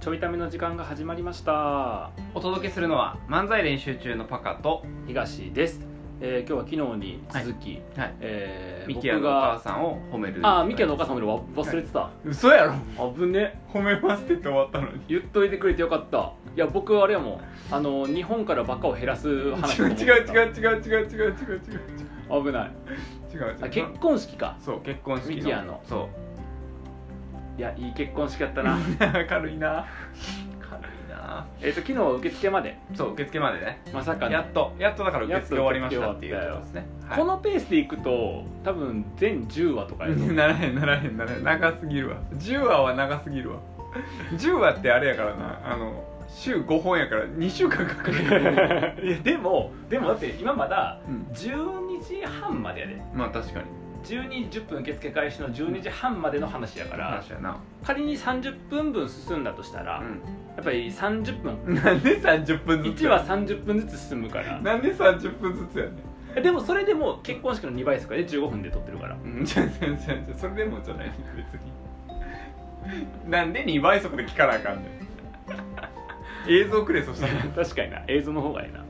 ちょいための時間が始まりましたお届けするのは漫才練習中のパカと、東です、えー、今日は昨日に続き、はい、えーミキヤ僕のお母がさんを褒めるあーミキヤのお母さんも忘れてた、嘘やろ危ね褒めますって言って終わったのに言っといてくれてよかったいや僕はあれやもんあの日本からバカを減らす話違うだと思 違っうてた違う違う違う違う違う違う違う危ない違うあ結婚式かそう結婚式のミキヤのそいやいい結婚式やった なう 軽いな軽いなえっと昨日は受付までそう受付までねまさかのやっとやっとだから受付終わりましたっていうやこっととですねこのペースでいくと多分全10話とかや る ならへんならへんならへん長すぎるわ10話は長すぎるわ10話ってあれやからなあの週5本やから2週間かかる、いやでもでもだって今まだうん、 12時半までやでまあ確かに12時10分受付開始の12時半までの話やから話やな、仮に30分分進んだとしたら、やうっぱり30分ん、 なんで30分ずつ1話30分ずつ進むからなんで30分ずつやねえでもそれでも結婚式の2倍ですからね15分で撮ってる からんじゃじゃじゃじゃそれでもじゃない別 になんで2倍速で聞かなあかんねん映像くれそしたら確かにな映像の方がいいな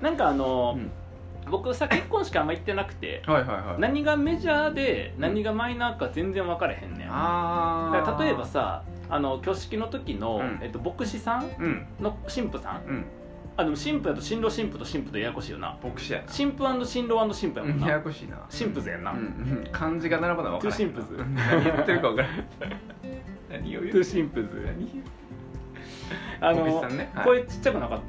なんかあの、僕さ結婚式あんま行ってなくてはいはいはい何がメジャーで何がマイナーか全然分からへんねんだかあらあ例えばさあの挙式の時の、うんえっと、牧師さんうんの神父さんうんあでも神父だと新郎新婦と神父でややこしいよな牧師や新婦新郎新婦やもんなややなこしいな神父図やんな、うんうん漢字が並ぶのは分からへんトゥシンプズ何言ってるか分からへん何を言トゥう神父図 何言うあ牧師のさんねはい声ちっちゃくなかっ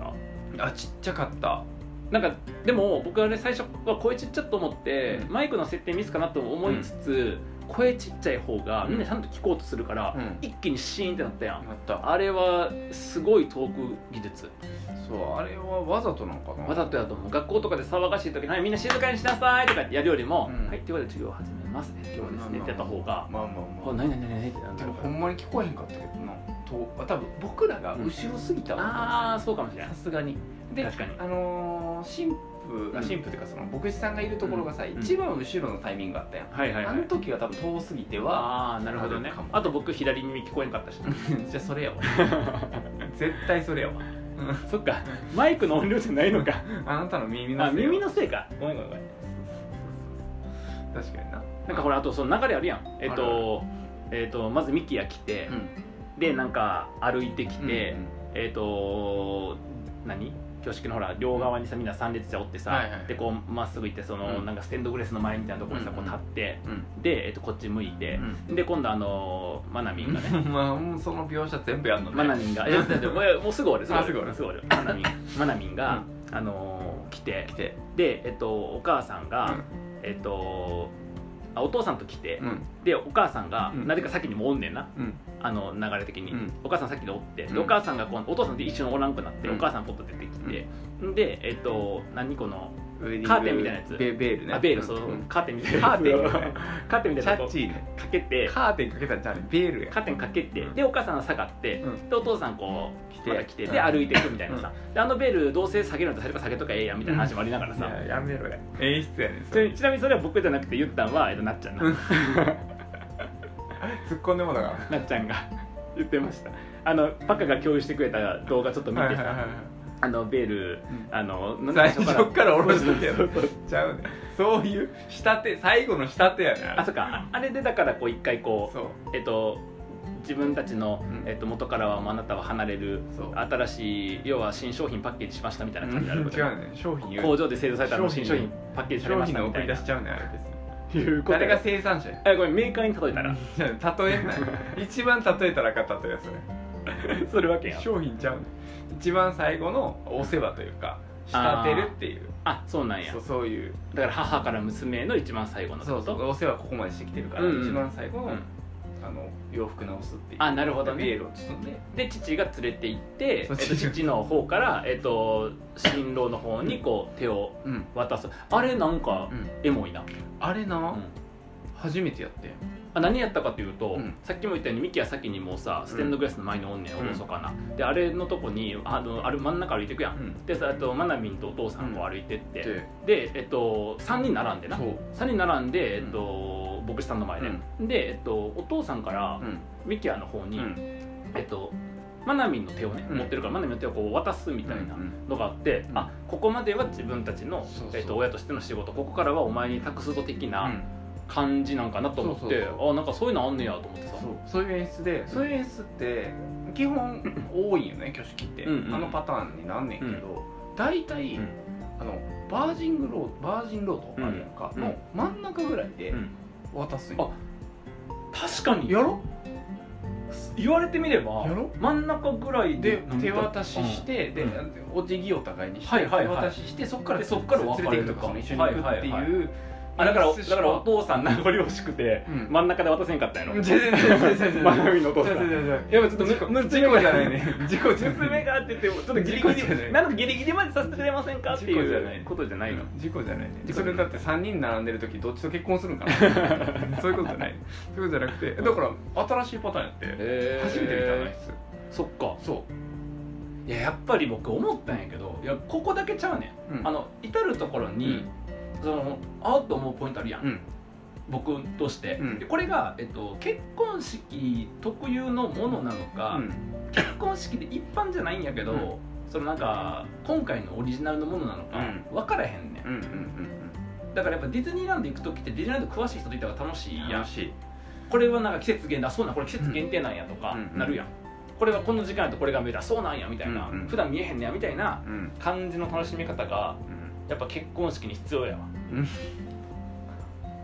たあちっちゃかったなんかでも僕あれ最初は声ちっちゃと思って、うんマイクの設定ミスかなと思いつつ、声ちっちゃい方がみんなちゃんと聞こうとするから、うん一気にシーンってなったやんなったあれはすごいトーク技術そうあれはわざとなのかなわざとやと思う学校とかで騒がしい時に「はいみんな静かにしなさい」とかってやるよりも「うんはい」って言われて授業を始めます今日はですね」ってやった方がまあま「ああま何何何何?」ってなあんでだもろほんまに聞こえへんかったけどなとあ多分僕らが後ろすぎたああわ、ーそうかもしれないさすがにで確かにあのー、神父うあん神父っていうかその牧師さんがいるところがさ、うん一番後ろのタイミングがあったやん、はいはいはあのい時は多分遠すぎてはああなるほどねあるかもあと僕左耳聞こえんかったし じゃあそれやわ絶対それやわそっかマイクの音量じゃないのかあなたの耳のあせいやわ耳のせいかごめんごめんごめん確かにななんかほらあとその流れあるやんえっ、あるとえっ、とまずミキヤ来て、うんでなんか歩いてきて、うんえっ、と何挙式のほら両側にさみんな3列じゃおってさ、はいはいでこうまっすぐ行ってその、うんなんかステンドグレスの前みたいなところにさうんこう立って、うんで、えっとこっち向いて、で今度あのマナミ ンがねうんまあもうその描写全部やんのねマナミ ンがいやだってこれもうすぐ終わるあすぐ終わるすぐ終わるマナミンマナミンが、あのー来て来てでえっとお母さんが、うんえっとあお父さんと来て、うんでお母さんが、うんなぜか先にもうおんねんなうんあの流れ的に、うんお母さん先におって、でうんお母さんがこうお父さんと一緒におらんくなって、うんお母さんポッと出てきて、でえっと何この、ウェディングカーテンみたいなやつベベールねあベールそう、んカーテンみたいなカーテン カーテンみチたいなャとッこチーねかけてカーテンかけたんじゃねベールやカーテンかけて、うんでお母さんが下がって、うんでお父さんこう来来てて,、ま、た来てうんで歩いていくみたいなさ、であのベールどうせ下げるんだったら下げとかええやんみたいな話もありながらさ、いややめろや演出やねんそちなれみちなみにそれは僕じゃなくて言ったんは、えっと、なっちゃんなうん突っ込んでもだからなっちゃんが 言ってましたあのパカが共有してくれた動画ちょっと見てさ、あのベールあの最初から下ろしとけよそうそうそう ちゃうねそういう下手最後の下手やねあそっかああれでだからこう一回こうそうえっと自分たちのう、んえっと、元からはもうあなたは離れるそう新しい要は新商品パッケージしましたみたいなう感じんであること違うね商品言工う場で製造されたの新商品パッケージされ商まし品たのみ送たりい出なしちゃうねあれ別にいうこと誰やが生産者やあごめんメーカーに例えたら じゃあ例えんなよ一番例えたらあかん例えやそれ それわけやん商品ちゃうね一番最後のお世話というか仕立てるっていう あそうなんやそうそういうだから母から娘への一番最後のこそとうそうお世話ここまでしてきてるから、うんうん一番最後の,、うんあの洋服直すっていうあなるほどビねエールを包んでで父が連れて行って、えっそうと、父の方から、えっと、新郎の方にこう手をうん、渡すあれなんかうん、エモいな、あれな、うん初めてやってあ何やったかというと、うんさっきも言ったようにミキは先にもうさステンドグラスの前におんねんうんおろそかな、であれのとこにあのあれ真ん中歩いてくやん、んでさあとマナミンとお父さんも歩いてって、でで、えっと、3人並んでなそう3人並んで、えっと牧師さんの前で、で、えっと、お父さんからうんミキアの方に、うんえっとマナミンの手をね、うん持ってるからマナミンの手をこう渡すみたいなのがあって、うんあここまでは自分たちのそうそうえっと、親としての仕事ここからはお前に託すぞ的うなん感じなんかなと思って、そうそうそあなんかそういうのあんねやと思ってさそうそういう演出でそういう演出って基本多いよね挙式って、うんうんあのパターンになんねんけど、大体、うんあのバージングロードバージンロードあるやんか、うんの真ん中ぐらいでうん渡すんよ、確かにやろ言われてみればやろ真ん中ぐらいでで手渡しして、でうお辞儀を互いにして、はいはいはい手渡ししてそこからでそっから連別れれるていくとかその一緒にはい行はくっいてはいいうあだから演出しかだからお父さん名残惜しくてうん真ん中で渡せんかったやろ全然全然全真然奈美のお父さん全然全然やばいちょっとむむ事故じゃないね事故じゃな娘いがって言ってちょっとギリギ事故じゃなリいなんとギリギリまでさせてくれませんかってい事故じゃないうことじゃないの事故じゃないね事故じゃないそれだって3人並んでる時どっちと結婚するんかな そういうことじゃないそういうことじゃなくてだから新しいパターンやってへ初めて見たの演そっか出そいややっぱり僕思ったんやけどいやここだけちゃうねう、うんんあの至る所にそのあっと思うポイントあるやんうん僕として、うんでこれが、えっと、結婚式特有のものなのか、うん結婚式で一般じゃないんやけど、うんそのなんか今回のオリジナルのものなのかうん分からへんねん、うんうんだからやっぱディズニーランド行く時ってディズニーランド詳しい人といたら楽しいうやんん楽しいこれはなんか季節限定あそうなんこれ季節限定なんやとかうんなるやん、これはこの時間やとこれが見えたそうなんやみたいな、うんうん普段見えへんねやみたいなうん感じの楽しみ方がやっぱ結婚式に必要やわ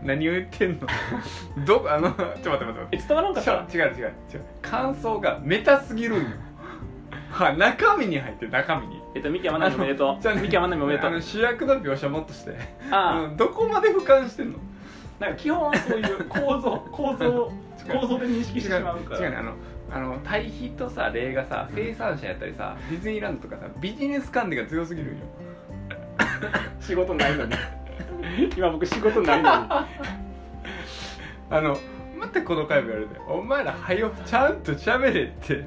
何を言ってんの どあのちょっと待って待って待ってえ伝わらんかっちたょ違う違う違う感想がメタすぎるんよはい中身に入ってる中身に えっとミキはマナミおめでとじゃあうね ミキはマナミおめでとあうの主役の描写もっとしてああうんどこまで俯瞰してんのなんか基本はそういう構造構造違う構造で認識してしまうから違うねあのあの対比とさ例がさ生産者やったりさディズニーランドとかさビジネス観点が強すぎるんよ仕事ない のに今僕仕事ないのにあの待ってこの回もやるでお前らはよちゃんと喋れって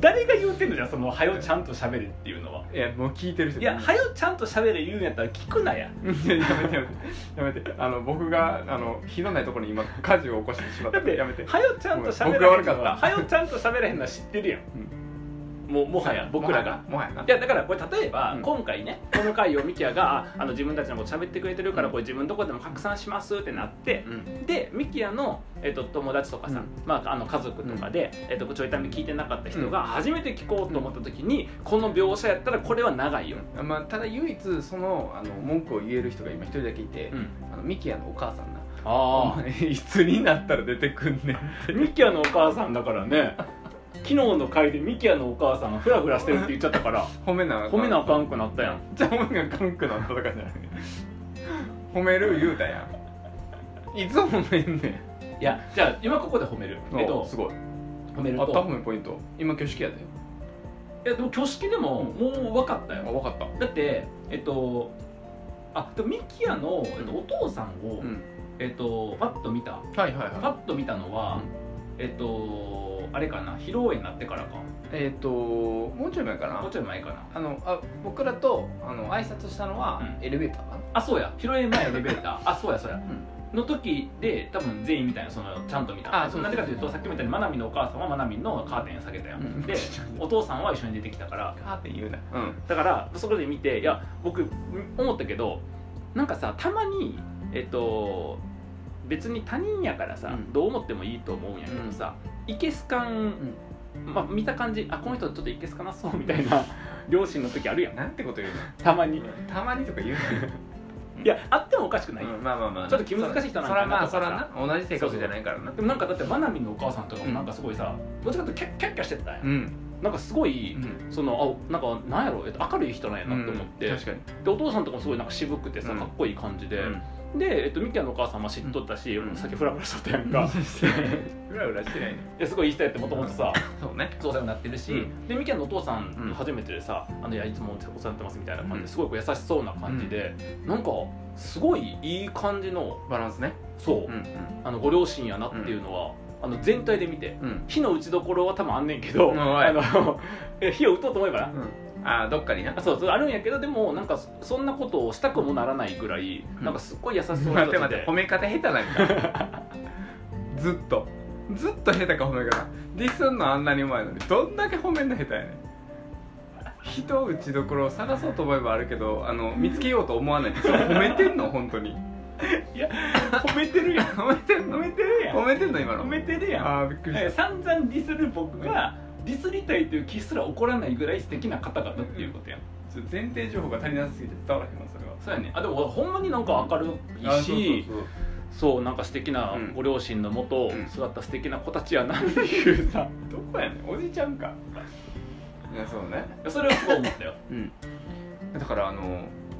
誰が言うてんのじゃんその「はよちゃんと喋れ」っていうのはいやもう聞いてる人いや「はよちゃんと喋れ」言うんやったら聞くなやい ややめてやめてやめてあの僕があの火のないところに今火事を起こしてしまっだったからてやめてはよちゃんと喋れへん僕が悪のかったははよちゃんと喋れへんのは知ってるやん、もうもはや僕らがもはやなもはやないやだからこれ例えば、うん今回ねこの回をミキヤがああの自分たちのこと喋ってくれてるからこれ自分のとこでも拡散しますってなってうんでミキヤの、えっと友達とかさ、うんまあ、あの家族とかで、えっとちょいため聞いてなかった人が初めて聞こうと思った時に、この描写やったらこれは長いよ、まあ、ただ唯一そのあの文句を言える人が今一人だけいて、あのミキヤのお母さんなおあ前いつになったら出てくんねんあミキヤのお母さんだからね昨日の回でミキヤのお母さんがフラフラしてるって言っちゃったから褒めなあかん褒めなあかんくなったやんじゃあ褒めなあかんくなったとかじゃない褒める言うたやんいつ褒めんねんいやじゃあ今ここで褒めるえっおとすごい褒めるあったと褒めポイント今挙式やでいやでも挙式でももう分かったあよ分かっただってえっとあでもミキヤの、えっと、お父さんを、うんえっとパッと見たはいはいパはッと見たのは、えっとあれかな披露宴になってからかいえっ、ともうちょい前かもうなちょい前かなあのあ僕らとあの挨拶したのは、うんエレベーターかなあそうや披露宴前エレベーターあそうやそうやうんの時で多分全員みたいなそのちゃんと見たあそうなんでかというとさっきも言ったようにマナミのお母さんはマナミのカーテン下げたよ、うんでお父さんは一緒に出てきたからカーテン言うなうんだからそこで見ていや僕思ったけどなんかさたまにえっと別に他人やからさ、うんどう思ってもいいと思うんやけどさ、いけすかん、まあ、見た感じあこの人ちょっといけすかなそうみたいな 両親の時あるやんなんてこと言うたまに、いのたまにとか言うやあってもおかしくない、うんまあまあまあちょっと気難しい人なんそからなまあとかさそらな同じ性格じゃないからなでもなんかだってマナミのお母さんとかもうんなんかすごいさ、どっちかというとキャッキャッキャしてたやん、んなんかすごい、うんそのあなんかなんやろ、えっと、明るい人なんやなと思って、確かにでお父さんとかもすごいなんか渋くてさうんかっこいい感じで、 うんで、えっと、ミキヤのお母さんも知っとったし、うんさっきフラフラしとったやんかうらうらしてないねいやすごいいい人やってもともとさそうねお世話になってるし、うんでミキヤのお父さうんん初めてでさ「あのいやいつもお世話になってます」みたいな感じうんですごいこう優しそうな感じで、なんかすごいいい感じのバランスねそう、うんあのご両親やなっていうのは、あの全体で見て。うんうん火の打ちどころは多分あんねんけど、うんおいあの え火を打とうと思えばな、ああどっかになあそうそうあるんやけどでもなんかそそんなことをしたくもならないぐらい、うんなんかすっごい優しそうな待人たってち 待ってで褒め方下手なんかずっとずっと下手か褒めるからディスんのあんなにうまいのにどんだけ褒めんの下手やねん人打ちどころを探そうと思えばあるけどあの見つけようと思わないそれ褒めてんの本当にいや褒めてるやん褒めてん褒のめてるやん褒めてんの今の褒めてるやんあーびっくりえし散々ディスる僕がディスりたいという気すら起こらないぐらい素敵な方々っていうことやんたちょっと前提情報が足りなさすぎて伝わらへんわそれはそうやねあでもほんまになんか明るあいしそうそうそうなんか素敵なうんご両親のもとうん育った素敵な子たちやなって いうさそうどこやねんおじちゃんかいやそうねいやそれをすごい思ったようんだからあの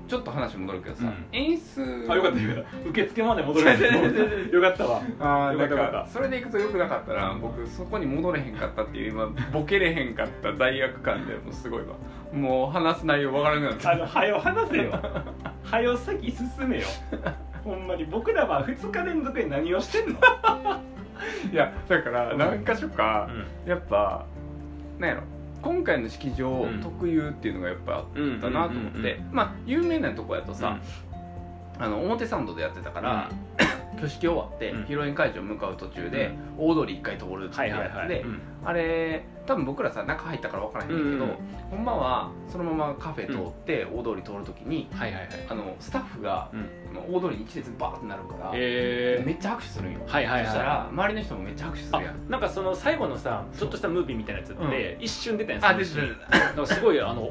ちょっと話戻るけどさ、うん演出あよかったよかった受付まで戻れるよかったわああよだかっかたよからっそれでいくとよくなかったら僕そこに戻れへんかったっていう今ボケれへんかった罪悪感でもうすごいわもう話す内容わからなくなったあの早よ話せよ早よ先進めよほんまに僕らは2日連続で何をしてんの、いやだから何か所かやっぱなんやろ今回の式場うん特有っていうのがやっぱあったなうんと思っうんうんうてまあ有名なとこやとささ、あの表参道でやってたから、挙式終わって、うん披露宴会場向かう途中で、大通り一回通るってはいいうはいやはつい、で、あれ多分僕らさ中入ったから分からへんねんけど、うんうんほんまはそのままカフェ通って、大通り通る時にはいはいはいあのスタッフが、うん大通りに一列バーってなるから、えめっちゃ拍手するんよ、ー、はいはいはいそしたら周りの人もめっちゃ拍手すあるやんなんかその最後のさちょっとしたムービーみたいなやつって、一瞬出たやんあ出てた出てたなんかすごいあのう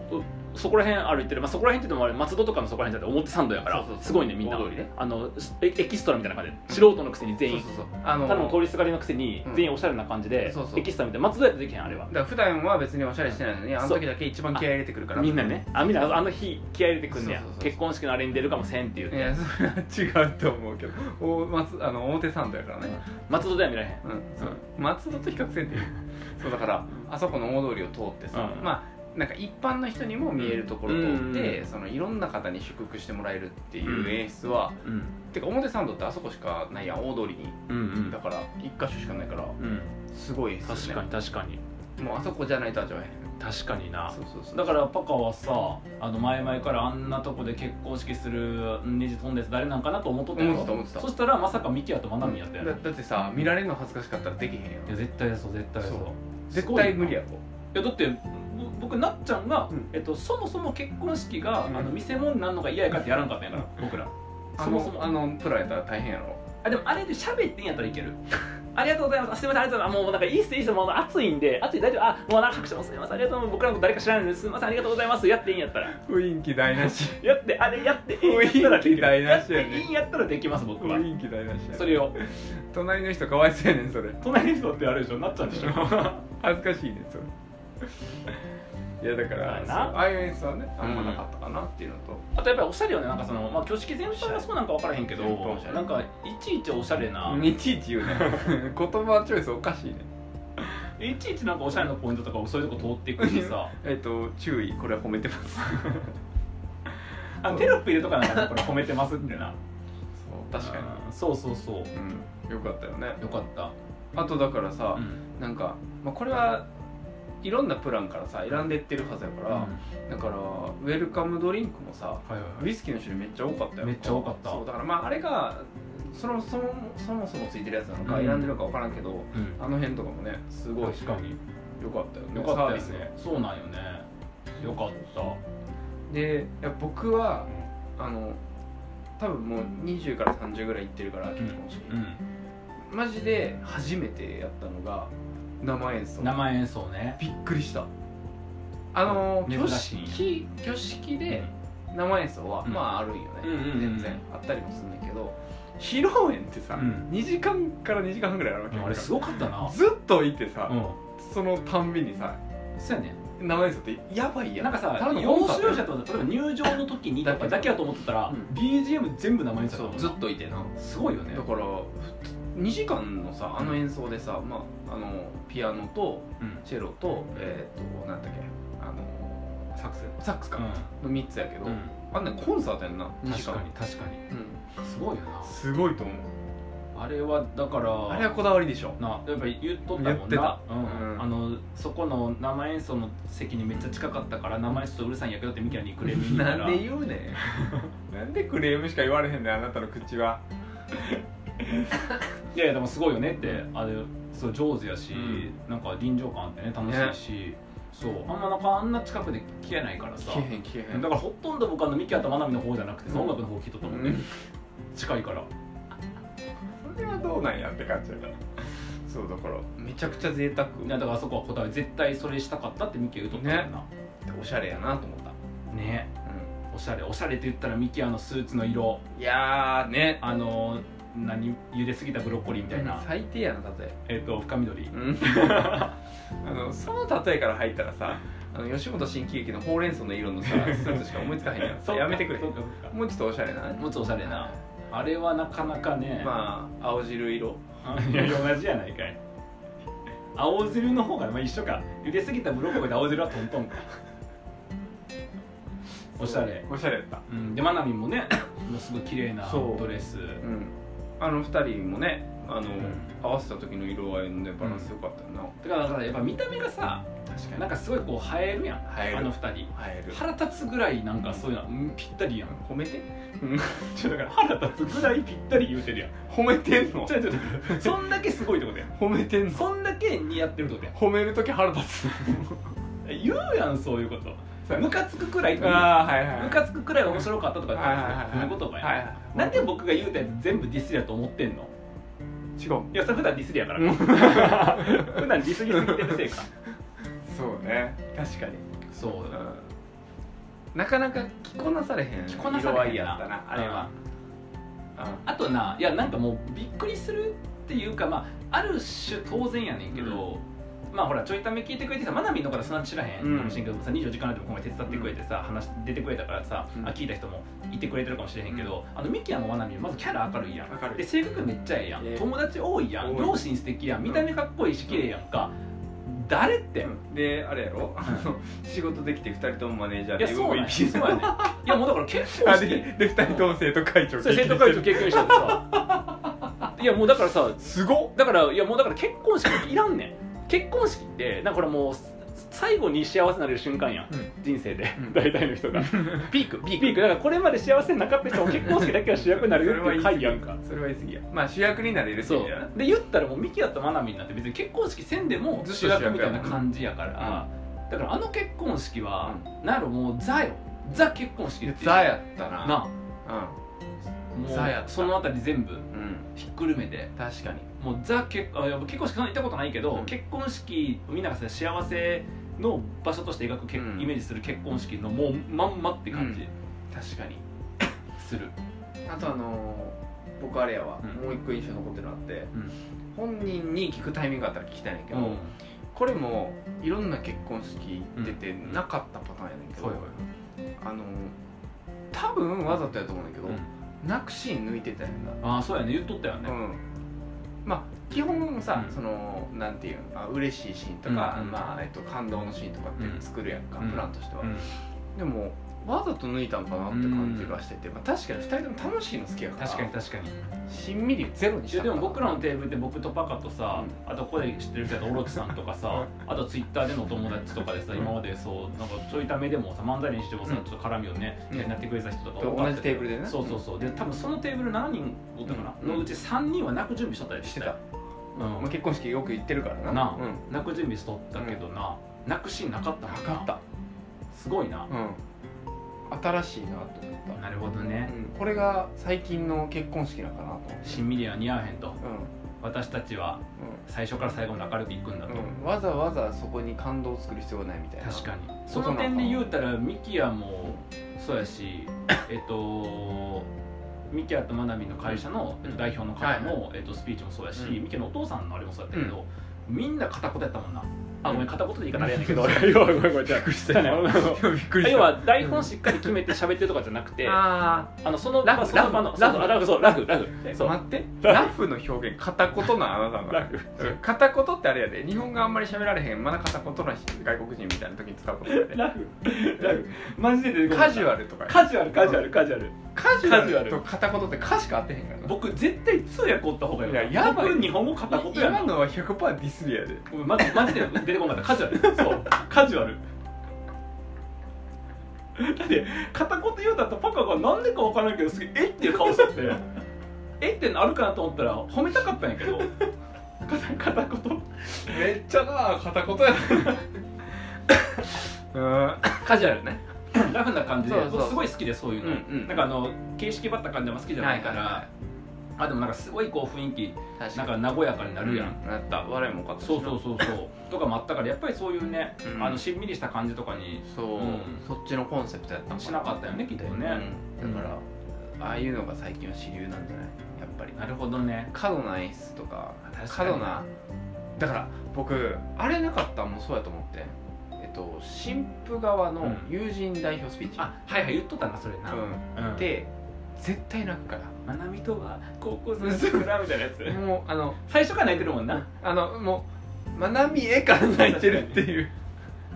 そこら辺歩いてる、まあ、そこら辺って言ってもあれ松戸とかのそこら辺じゃなくて表参道やからそうそうそうすごいねみんな大通りねあのしエエキストラみたいな感じで素人のくせに全員、そうそうそうあのただの通りすがりのくせにうん全員おしゃれな感じで、そうそうエキストラみたいな松戸やったらできへんあれはだから普段は別におしゃれしてないのにあのそう時だけ一番気合い入れてくるからみんなねあみんなあの日気合い入れてくんねやそうそうそうそう結婚式のあれに出るかもせんって言ういてやそれは違うと思うけどお松あの表参道やからね、松戸では見られへんうんそう松戸と比較せん ていいそうだからあそこの大通りを通ってさ、うんまあなんか一般の人にも見えるところを通って、うんそのいろんな方に祝福してもらえるっていうんう演出は、うんてか表参道ってあそこしかないやん大通りにうんうんだから一箇所しかないからうんすごいですよね確かに確かにもうあそこじゃないと味わえ確かにへなんそうそうそうだからパカはさあの前々からあんなとこで結婚式するネジ飛んです誰なんかなと思っとったやろ思ってた思ってたそしたらまさかミキヤとマナミやったやろだいだってさ見られるの恥ずかしかったらできへんややん絶対そう絶対そうそうす絶ごいな対無理やろいやだってぼ僕なっちゃんが、うんえっと、そもそも結婚式が、うんあの見せ物になるのが嫌やからってやらんかったんやから僕らあそもそのもああのプロやったら大変やろでもあれで喋ってんやったらいける ありがとうございますあすいませんありがとうございますもうなんかいいっすいいっすもうあの熱いんで熱い大丈夫あもうなんか拍手もすいませんありがとうございます僕らのこと誰か知らないのですいませんありがとうございますやっていいんやったら雰囲気台無しやってあれやってええ雰囲気やったらできる台や無っしやてねいいんやったらできます僕は 雰囲気台無しやそれを隣の人かわいそうやねんそれ隣の人ってあれでしょなっちゃうんで しょ恥ずかしいねそれいやだからそうやなそうああいう演出はねあんまなかったかなっていうのと、あとやっぱりおしゃれよねなんかそのまあ挙式全般がそうなんか分からへんけど全般おしゃれなんかいちいちおしゃれな、いちいち言 うね言葉チョイスおかしいねいちいちなんかおしゃれなポイントとかをそういうとこ通っていくしさえっ、と注意これは褒めてますあのテロップ入れとかなんかこれ褒めてますってなそう確かにそうそうそうにうんよかったよねよかった、あとだからさう、んなんか、まあ、これはいろんなプランからさ選んでってるはずやから、うんだからウェルカムドリンクもさはいはいウイスキーの種類めっちゃ多かったよめっちゃ多かったそうだからまああれがそもそもそもそもついてるやつなのか、うん選んでるのか分からんけど、うんあの辺とかもねすごい確かに良かったよねよかったサーよビスねそうなんよねよかったでいや僕はあの多分もう20から30ぐらい行ってるから結婚式、うんマジで初めてやったのが生演奏生演奏ねびっくりしたあの珍挙しいんや式挙式で生演奏は、うんまああるんよね、うんうんうん全然あったりもするんだけど披露宴ってさ、うん2時間から2時間半ぐらいあるわけうんあれすごごかったなずっといてさ、うそのたんびにさんそうやね生演奏ってやばいやなんかさただの要コン所サート要所と例えば入場の時にとかだけやと思ってたら、うん BGM 全部生演奏そだっうたずっといてなすごいよねだから2時間のさあの演奏でさ、まあ、あのピアノとうんチェロとえっ、となんだっけあのサックスサックスか、の3つやけど、うんあんなんコンサートやんな2時確間かに確かにう、すごいよなんすごいと思うあれはだからあれはこだわりでしょなやっぱり言っとったも言んってなた、うんうんあのそこの生演奏の席にめっちゃ近かったから生演奏とうるさいんやけどってミキラにクレーム言いたならんで言うね んなんでクレームしか言われへんねんあなたの口はいやいやでもすごいよねってあれそう上手やし、うんなんか臨場感あってね楽しいし、そうあんまなんかあんな近くで消えないからさ消えへん消えへんだからほとんど僕あのミキアとマナミの方じゃなくてその音楽の方聞いとったもんね、うん近いからそれはどうなんやって感じやからそうだからめちゃくちゃ贅沢いやだからそこは答え絶対それしたかったってミキア言うとったもんなおしゃれやなと思った、ねおしゃれおしゃれって言ったらミキアのスーツの色いやーねあの何茹ですぎたブロッコリーみたいな、最低やな例ええっ、と深緑うん、 あのその例えから入ったらさあの吉本新喜劇のほうれん草の色のさスーツしか思いつかへんやん そっかやめてくれそっもかそっかうちょっとおしゃれなもうちょっとおしゃれなあれはなかなかね、まあ青汁色いや同じやないかい青汁の方がまあ一緒か茹ですぎたブロッコリーで青汁はトントンかおしゃれおしゃれやったうんでまなみも ねもうすごい綺麗なそうドレスうんあの二人もねあの、うん合わせた時の色合いのねバランス良かったよな、だからだからやっぱ見た目がさ確かなんかすごいこう映えるやん映えるあの二人映える腹立つぐらいなんかそういうのうんぴったりやん褒めてちょだから腹立つぐらいぴったり言うてるや ん褒めてんのちょちょちょそんだけすごいってことやん褒めてんのそんだけ似合ってるってことやん褒める時腹 立つ言うやんそういうことムカつくくらいって言うやんああはいはいムカつくくらい面白かったとかってはいはい言はいうんですよそういうことはかいよはいなんで僕が言うたやつ全部ディスりやと思ってんの違ういやそれ普段ディスりやからうん普段ディスりすぎてるせいかそうね確かに、そうだなかなか着こなされへん着こなされへんな色合いやったなあれは、ああとないやなんかもうびっくりするっていうかまあある種当然やねんけど、まあほらちょいため聞いてくれてさまなみんのからそんな知らへんかもしれんけどさ24時間あるとも今回手伝ってくれてさ話出てくれたからさ、うんあ聞いた人もいてくれてるかもしれへんけど、あのミキヤもまなみまずキャラ明るいやん明るいで性格めっちゃええやん、ええ友達多いやん多い両親素敵やん見た目かっこいいし綺麗やんか、誰って、であれやろあの仕事できて2人ともマネージャーいやでそうなんや MVP そうやねんいやもうだから結婚あしでてで2人とも生徒会長それ生徒会長経験者でさ いやもうだからさすごっだからいやもうだから結婚式いらんねん結婚式ってなんかこれもう最後に幸せになれる瞬間 やん、うん人生で、うん大体の人がピークピピークだからこれまで幸せになかった人も結婚式だけは主役になるよっていう回やんかそれは言い過ぎやまあ主役になれるってそいううんだよなで言ったらもうミキヤとマナミになって別に結婚式せんでもずっと主主役役みたいな感じやから、だからあの結婚式は、なんやろもうザよザ結婚式っていうザやったななもザやっうたそのあたり全部うん、うん、ひっくるめて確かにもうザ結あいや結婚式そんな行ったことないけど、うん結婚式みんながさ幸せの場所として描くけ、うんイメージする結婚式のもうまんまって感じ確かにする、あとあのー僕あれやわ、うんもう一個印象残ってるのあって、ん本人に聞くタイミングがあったら聞きたいねんけうど、んこれもいろんな結婚式行っててうんなかったパターンやねんけど、はいはいあのー多分わざとやと思うねんだけど、うん泣くシーン抜いてたやんな、ああそうやね言っとったよね、うんまあ基本さ、うんそのなんていうんあ嬉しいシーンとか、うんうんまあえっと、感動のシーンとかってうん作るやんか、うんプランとしては、うんでもわざと抜いたんかなって感じがしてて、まあ、確かに2人とも楽しいの好きやから確かに確かにしんみりゼロにしいたやんかでなも僕らのテーブルで僕とパカとさ、うあとここで知ってる人やとオロチさんとかさ あとツイッターでのお友達とかでさ今までそうなんかちょいためでもさ漫才にしてもさ、うんちょっと絡みをねうんやってくれた人とかと多かった同じテーブルでねそうそうそうで多分そのテーブル7人おったかな、うんのうち3人は泣く準備しとったりしてた、うんまあ、結婚式よく行ってるからななあうん泣く準備しとったけどな、泣くシーンなかったもんなかったすごいな、うん新しいなと思った、なるほどねうんこれが最近の結婚式なのかなと思って新ミリは似合わへんとうん私たちは最初から最後まで明るくいくんだと、うんうん、わざわざそこに感動を作る必要はないみたいな確かにそそうなののかな点で言うたらミキヤもそうや しえっとミキヤとマナミの会社の、えっと、代表の方も、えっと、スピーチもそうやし、うんミキヤのお父さんのあれもそうやったけど、みんな片言やったもんなあごめん片言で言い方あれやねんけ どうん要はごめんごめんじゃあびっくりしたじゃあね びっくり した要は台本しっかり決めて喋ってるとかじゃなくてああのそのラフまあその場のラフそうラフそうラフラフーそう待ってラフの表現片言なあなたのラフ片言ってあれやで日本語あんまり喋られへんまだ片言な人外国人みたいな時に使うことや でラフラフマジで出てこないカジュアルとかやカジュアルカジュアルカジュアルカジカジュュアアルルと片言ってカしか合ってへんからな僕絶対通訳おった方がよかったいややばい僕日本語片言やな今のは100%ディスりやでごめんマジマジで出てこなかったカジュアル そうカジュアルだって片言言うたとパカがなんでかわからんけどすげええっていう顔しとってえってなるかなと思ったら褒めたかったんやけ ど片片言めっちゃな片言やなうんカジュアルねラフな感じでそうそう僕すごい好きでそういうの、うんうんなんかあの形式ばった感じはあんま好きじゃないから、はいはいはいあでもなんかすごいこう雰囲気確なんか和やかになるやん、なった我もかったしなそうそうそうそうとかもあったからやっぱりそういうね、うんあのしんみりした感じとかにそう、うんそっちのコンセプトやったのしなかったよねきっとね、うん、だから、ああいうのが最近は主流なんじゃないやっぱりなるほどね過度な演出とか確かに過度なだから僕あれなかったらもうそうやと思ってえっと新婦側の友人代表スピーチ、あはいはい言っとったなそれな、うんうんで絶対泣くからまなみとは高校生の桜みたいなやつもうあの最初から泣いてるもんなあのもうまなみ絵から泣いてるっていう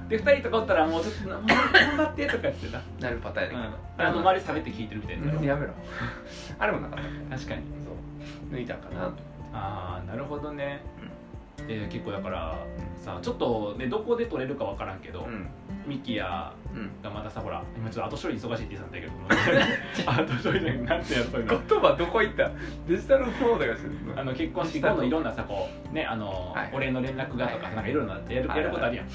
で2人とかおったらもうちょっと「もう頑張って」とか言ってた、なるパターンうやねん、あの周り喋って聞いてるみたいな、うんやめろ あれもなかった確かにそう抜いたんかなああなるほどね、えー結構だからさちょっとねどこで撮れるかわからんけど、うんミキヤうんがまたさほら今ちょっと後処理忙しいって言 ってたんだけど 後処理じゃなくてなんてやっぱり言葉どこ行ったデジタルフォードがしてるあの結婚式後のいろんなさこうねあの、はいお礼の連絡がとか、はいなんかいろいろなやるはいやることあるやん、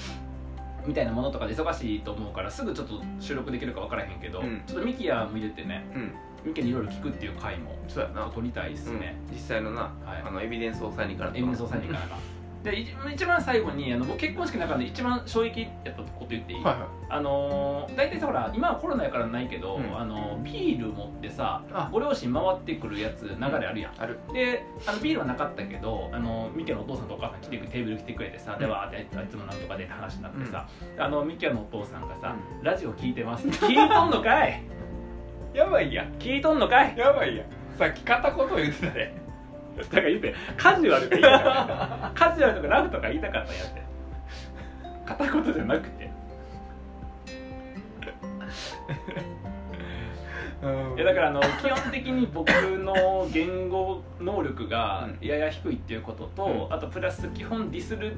みたいなものとかで忙しいと思うからすぐちょっと収録できるか分からへんけど、うんちょっとミキヤも入れてねうんミキヤにいろいろ聞くっていう回もそうやな撮りたいですね、うん、実際のな、はいあのエビデンスをさにからエムソさんにからな でい一番最後にあの僕結婚式の中で一番衝撃やったこと言っていい、はいはいあのー大体さほら今はコロナやからないけど、うんあのビール持ってさあご両親回ってくるやつ流れあるやん、あるであのビールはなかったけどあのミキヤのお父さんとお母さん来てくテーブル来てくれてさ、でわーってあいつもなんとかでって話になってさ、あのミキヤのお父さんがさ、ラジオ聞いてます」 聞いとんのかいやばいや聞いとんのかいやばいやさっき片言言ってたでだから言ってカジュアルとか言いたかったカジュアルとかラフとか言いたかったんやって片言じゃなくていやだからあの基本的に僕の言語能力がやや低いっていうことと、あとプラス基本ディスる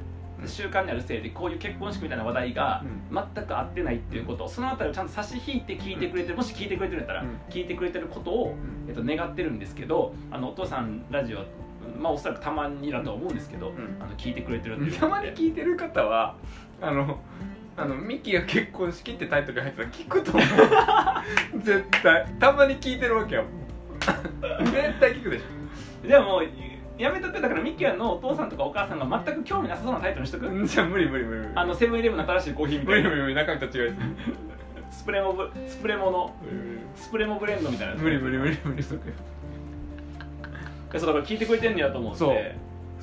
習慣にあるせいでこういう結婚式みたいな話題が全く合ってないっていうことそのあたりをちゃんと差し引いて聞いてくれてるもし聞いてくれてるんだったら、うん聞いてくれてることを、えっと、願ってるんですけどあのお父さんラジオまあおそらくたまにだとは思うんですけど、んあの聞いてくれてるってうんいうたまに聞いてる方はあのあのミキが結婚式ってタイトルが入ってたら聞くと思う絶対たまに聞いてるわけやもん絶対聞くでしじゃあもうやめとくだからミキヤのお父さんとかお母さんが全く興味なさそうなタイトルにしとく、ょうんじゃあ無理無理無理無理あのセブンイレブンの新しいコーヒーみ無たい理な無理無理中身と違いすぎるスプレモブスプレモの無理無スプレモ理無理ブレンドみたいなやつ無理無理無理無理でそうだから聞いてくれてんねやと思ってそう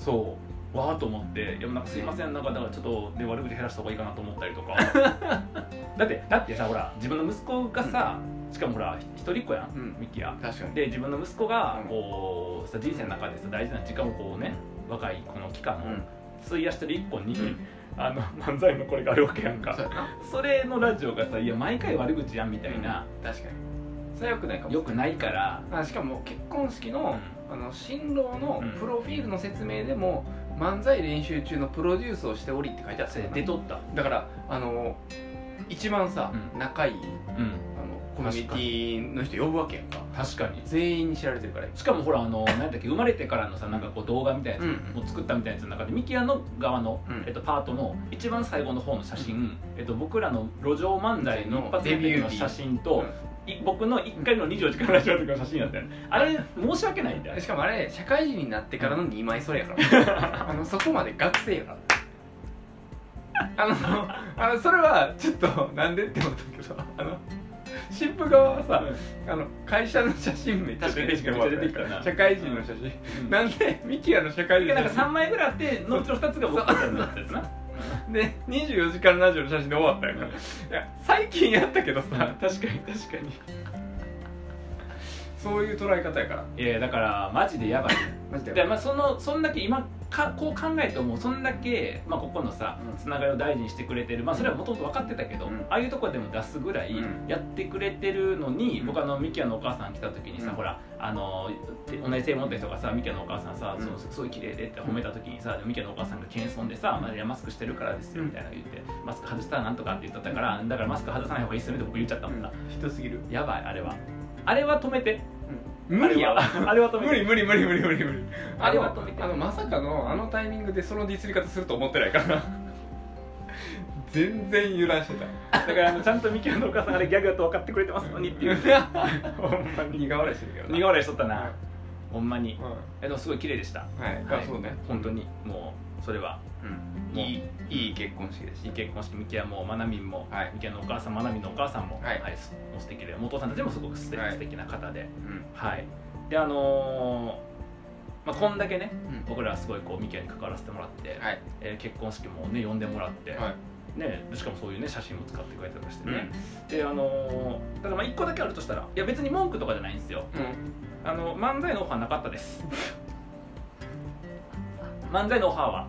そうわあと思っていやなんかすいませんなんかだからちょっとで悪口減らした方がいいかなと思ったりとか だってだってさほら自分の息子がさ、しかもほらひ一人っ子やん、うんミキヤ確かにで自分の息子がうんこうさ人生の中でさ大事な時間をこうね若いこの期間を費やしてる一個に、うんあの漫才のこれがあるわけやんかそうやなそれのラジオがさいや毎回悪口やんみたいな、確かにそれはよくないかもよくないから、あしかも結婚式の,、あの新郎のうんプロフィールの説明でも、漫才練習中のプロデュースをしておりって書いてあったそよれな出とった、だからあの一番さ、うん仲いいうんあ、のコミュニティの人呼ぶわけやんか確かに全員に知られてるからしかもほらあの何だっけ生まれてからのさなんかこう動画みたいなやうんつを作ったみたいなやつの中でミキヤの側の、うんえっと、パートの一番最後の方の写真、えっと、僕らの路上漫才の一発目の時の写真と、い僕の1回の24時間ラジオの時の写真やったよねあれ申し訳ないんだ よしかもあれ社会人になってからの2枚それやから あのそこまで学生やからあのあのそれはちょっとなんでって思ったけどあの新婦側はさ、あの会社の写真めっちゃ出てきてもらったやん確かにめっちゃ出てきたな社会人の写真、うんなんでミキヤの社会人でのなん写か3枚ぐらいあ ってのうちの2つが僕みたいになったやつな真で24時間ラジオの写真で終わったやんか、いや最近やったけどさ確かに確かにそういう捉え方やからいやだからマジでやばいマジででまあそのそんだけ今かこう考えてもそんだけ、まあ、ここのさうんつながりを大事にしてくれてる、まあ、それはもともと分かってたけど、うんああいうとこでも出すぐらいうんやってくれてるのに、うん僕あのミキヤのお母さん来た時にさ、うんほらあのて同じ性持った人がさミキヤのお母さんさ、うんそうすごい綺麗でって褒めた時にさミキヤのお母さんが謙遜でさ「まあ、いやマスクしてるからですよ」うんみたいなの言って「マスク外したらなんとか」って言っとったからだからマスク外さない方がいいっすよねって僕言っちゃったもんな、ひどすぎる、やばいあれはあれは止めてう無理やわあれは止め無理無理無理無理無理無理ああれれはは止めてあのまさかのあのタイミングでそのディスり方すると思ってないから 全然揺らしてただからあのちゃんとミキのお母さんあれギャグだと分かってくれてますのにっていう ほんまに苦笑いしてるけどな苦笑いしとったなほんまにうんえでもすごい綺麗でしたはい、はいあそうね本当にもうそれはうんもういいいい結婚式でしいい結婚式ミキはもうマナミンも、はいミキのお母さんマナミンのお母さんも、ははいいすもう素敵でお父さんたちもすごく素敵,、はい素敵な方でうんはいであのーまあ、こんだけねうん僕らはすごいこうミキアに関わらせてもらって、はいえー結婚式もね呼んでもらって、はいね、しかもそういうね写真も使ってくれたりとかしてうんね、であのー、ただまあ1個だけあるとしたらいや別に文句とかじゃないんですようんあの漫才のオファーなかったです漫才のオファーは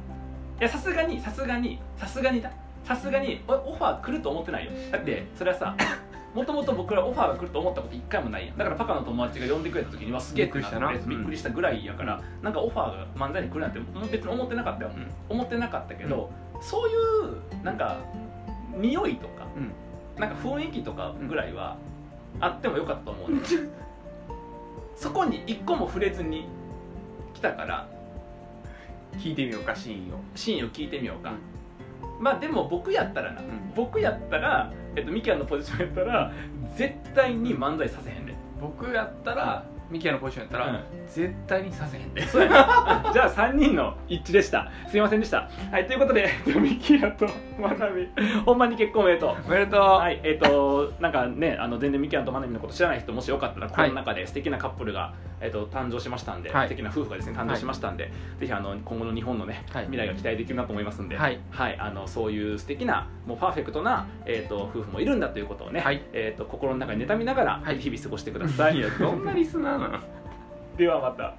いやさすがにさすがにさすがにださすがにおオファー来ると思ってないよだってそれは さもともと僕らオファーが来ると思ったこと一回もないやんだからパカの友達が呼んでくれた時にはすげえってってびっくりしたなびっくりしたぐらいやから、なんかオファーが漫才に来るなんて別に思ってなかったようん思ってなかったけど、そういうなんか匂いとか、なんか雰囲気とかぐらいはあってもよかったと思うね、そこに一個も触れずに来たから聞いてみようかシーンをシーンを聞いてみようか、まあでも僕やったらな、ん僕やったら、えっと、ミキアンのポジションやったら絶対に漫才させへんで僕やったらミキヤのポジションやったら、絶対にさせへんでそうやなじゃあ3人の一致でしたすいませんでしたはいということで、えっと、ミキアとマナミほんまに結婚おめでとうおめでとうはい、えっ、と、なんかね、あの全然ミキアンとマナミのこと知らない人、もしよかったら、この中で素敵なカップルが、えっ、と、誕生しましたんで、はい素敵な夫婦がですね、誕生しましたんで、ぜひ、あの、今後の日本のね、はい未来が期待できるなと思いますんで、はいあの、そういう素敵な、もうパーフェクトな、えっ、と、夫婦もいるんだということをね、はいえっ、と、心の中に妬みながら、はい 日々過ごしてください。いやどんなリスナーなの ではまた。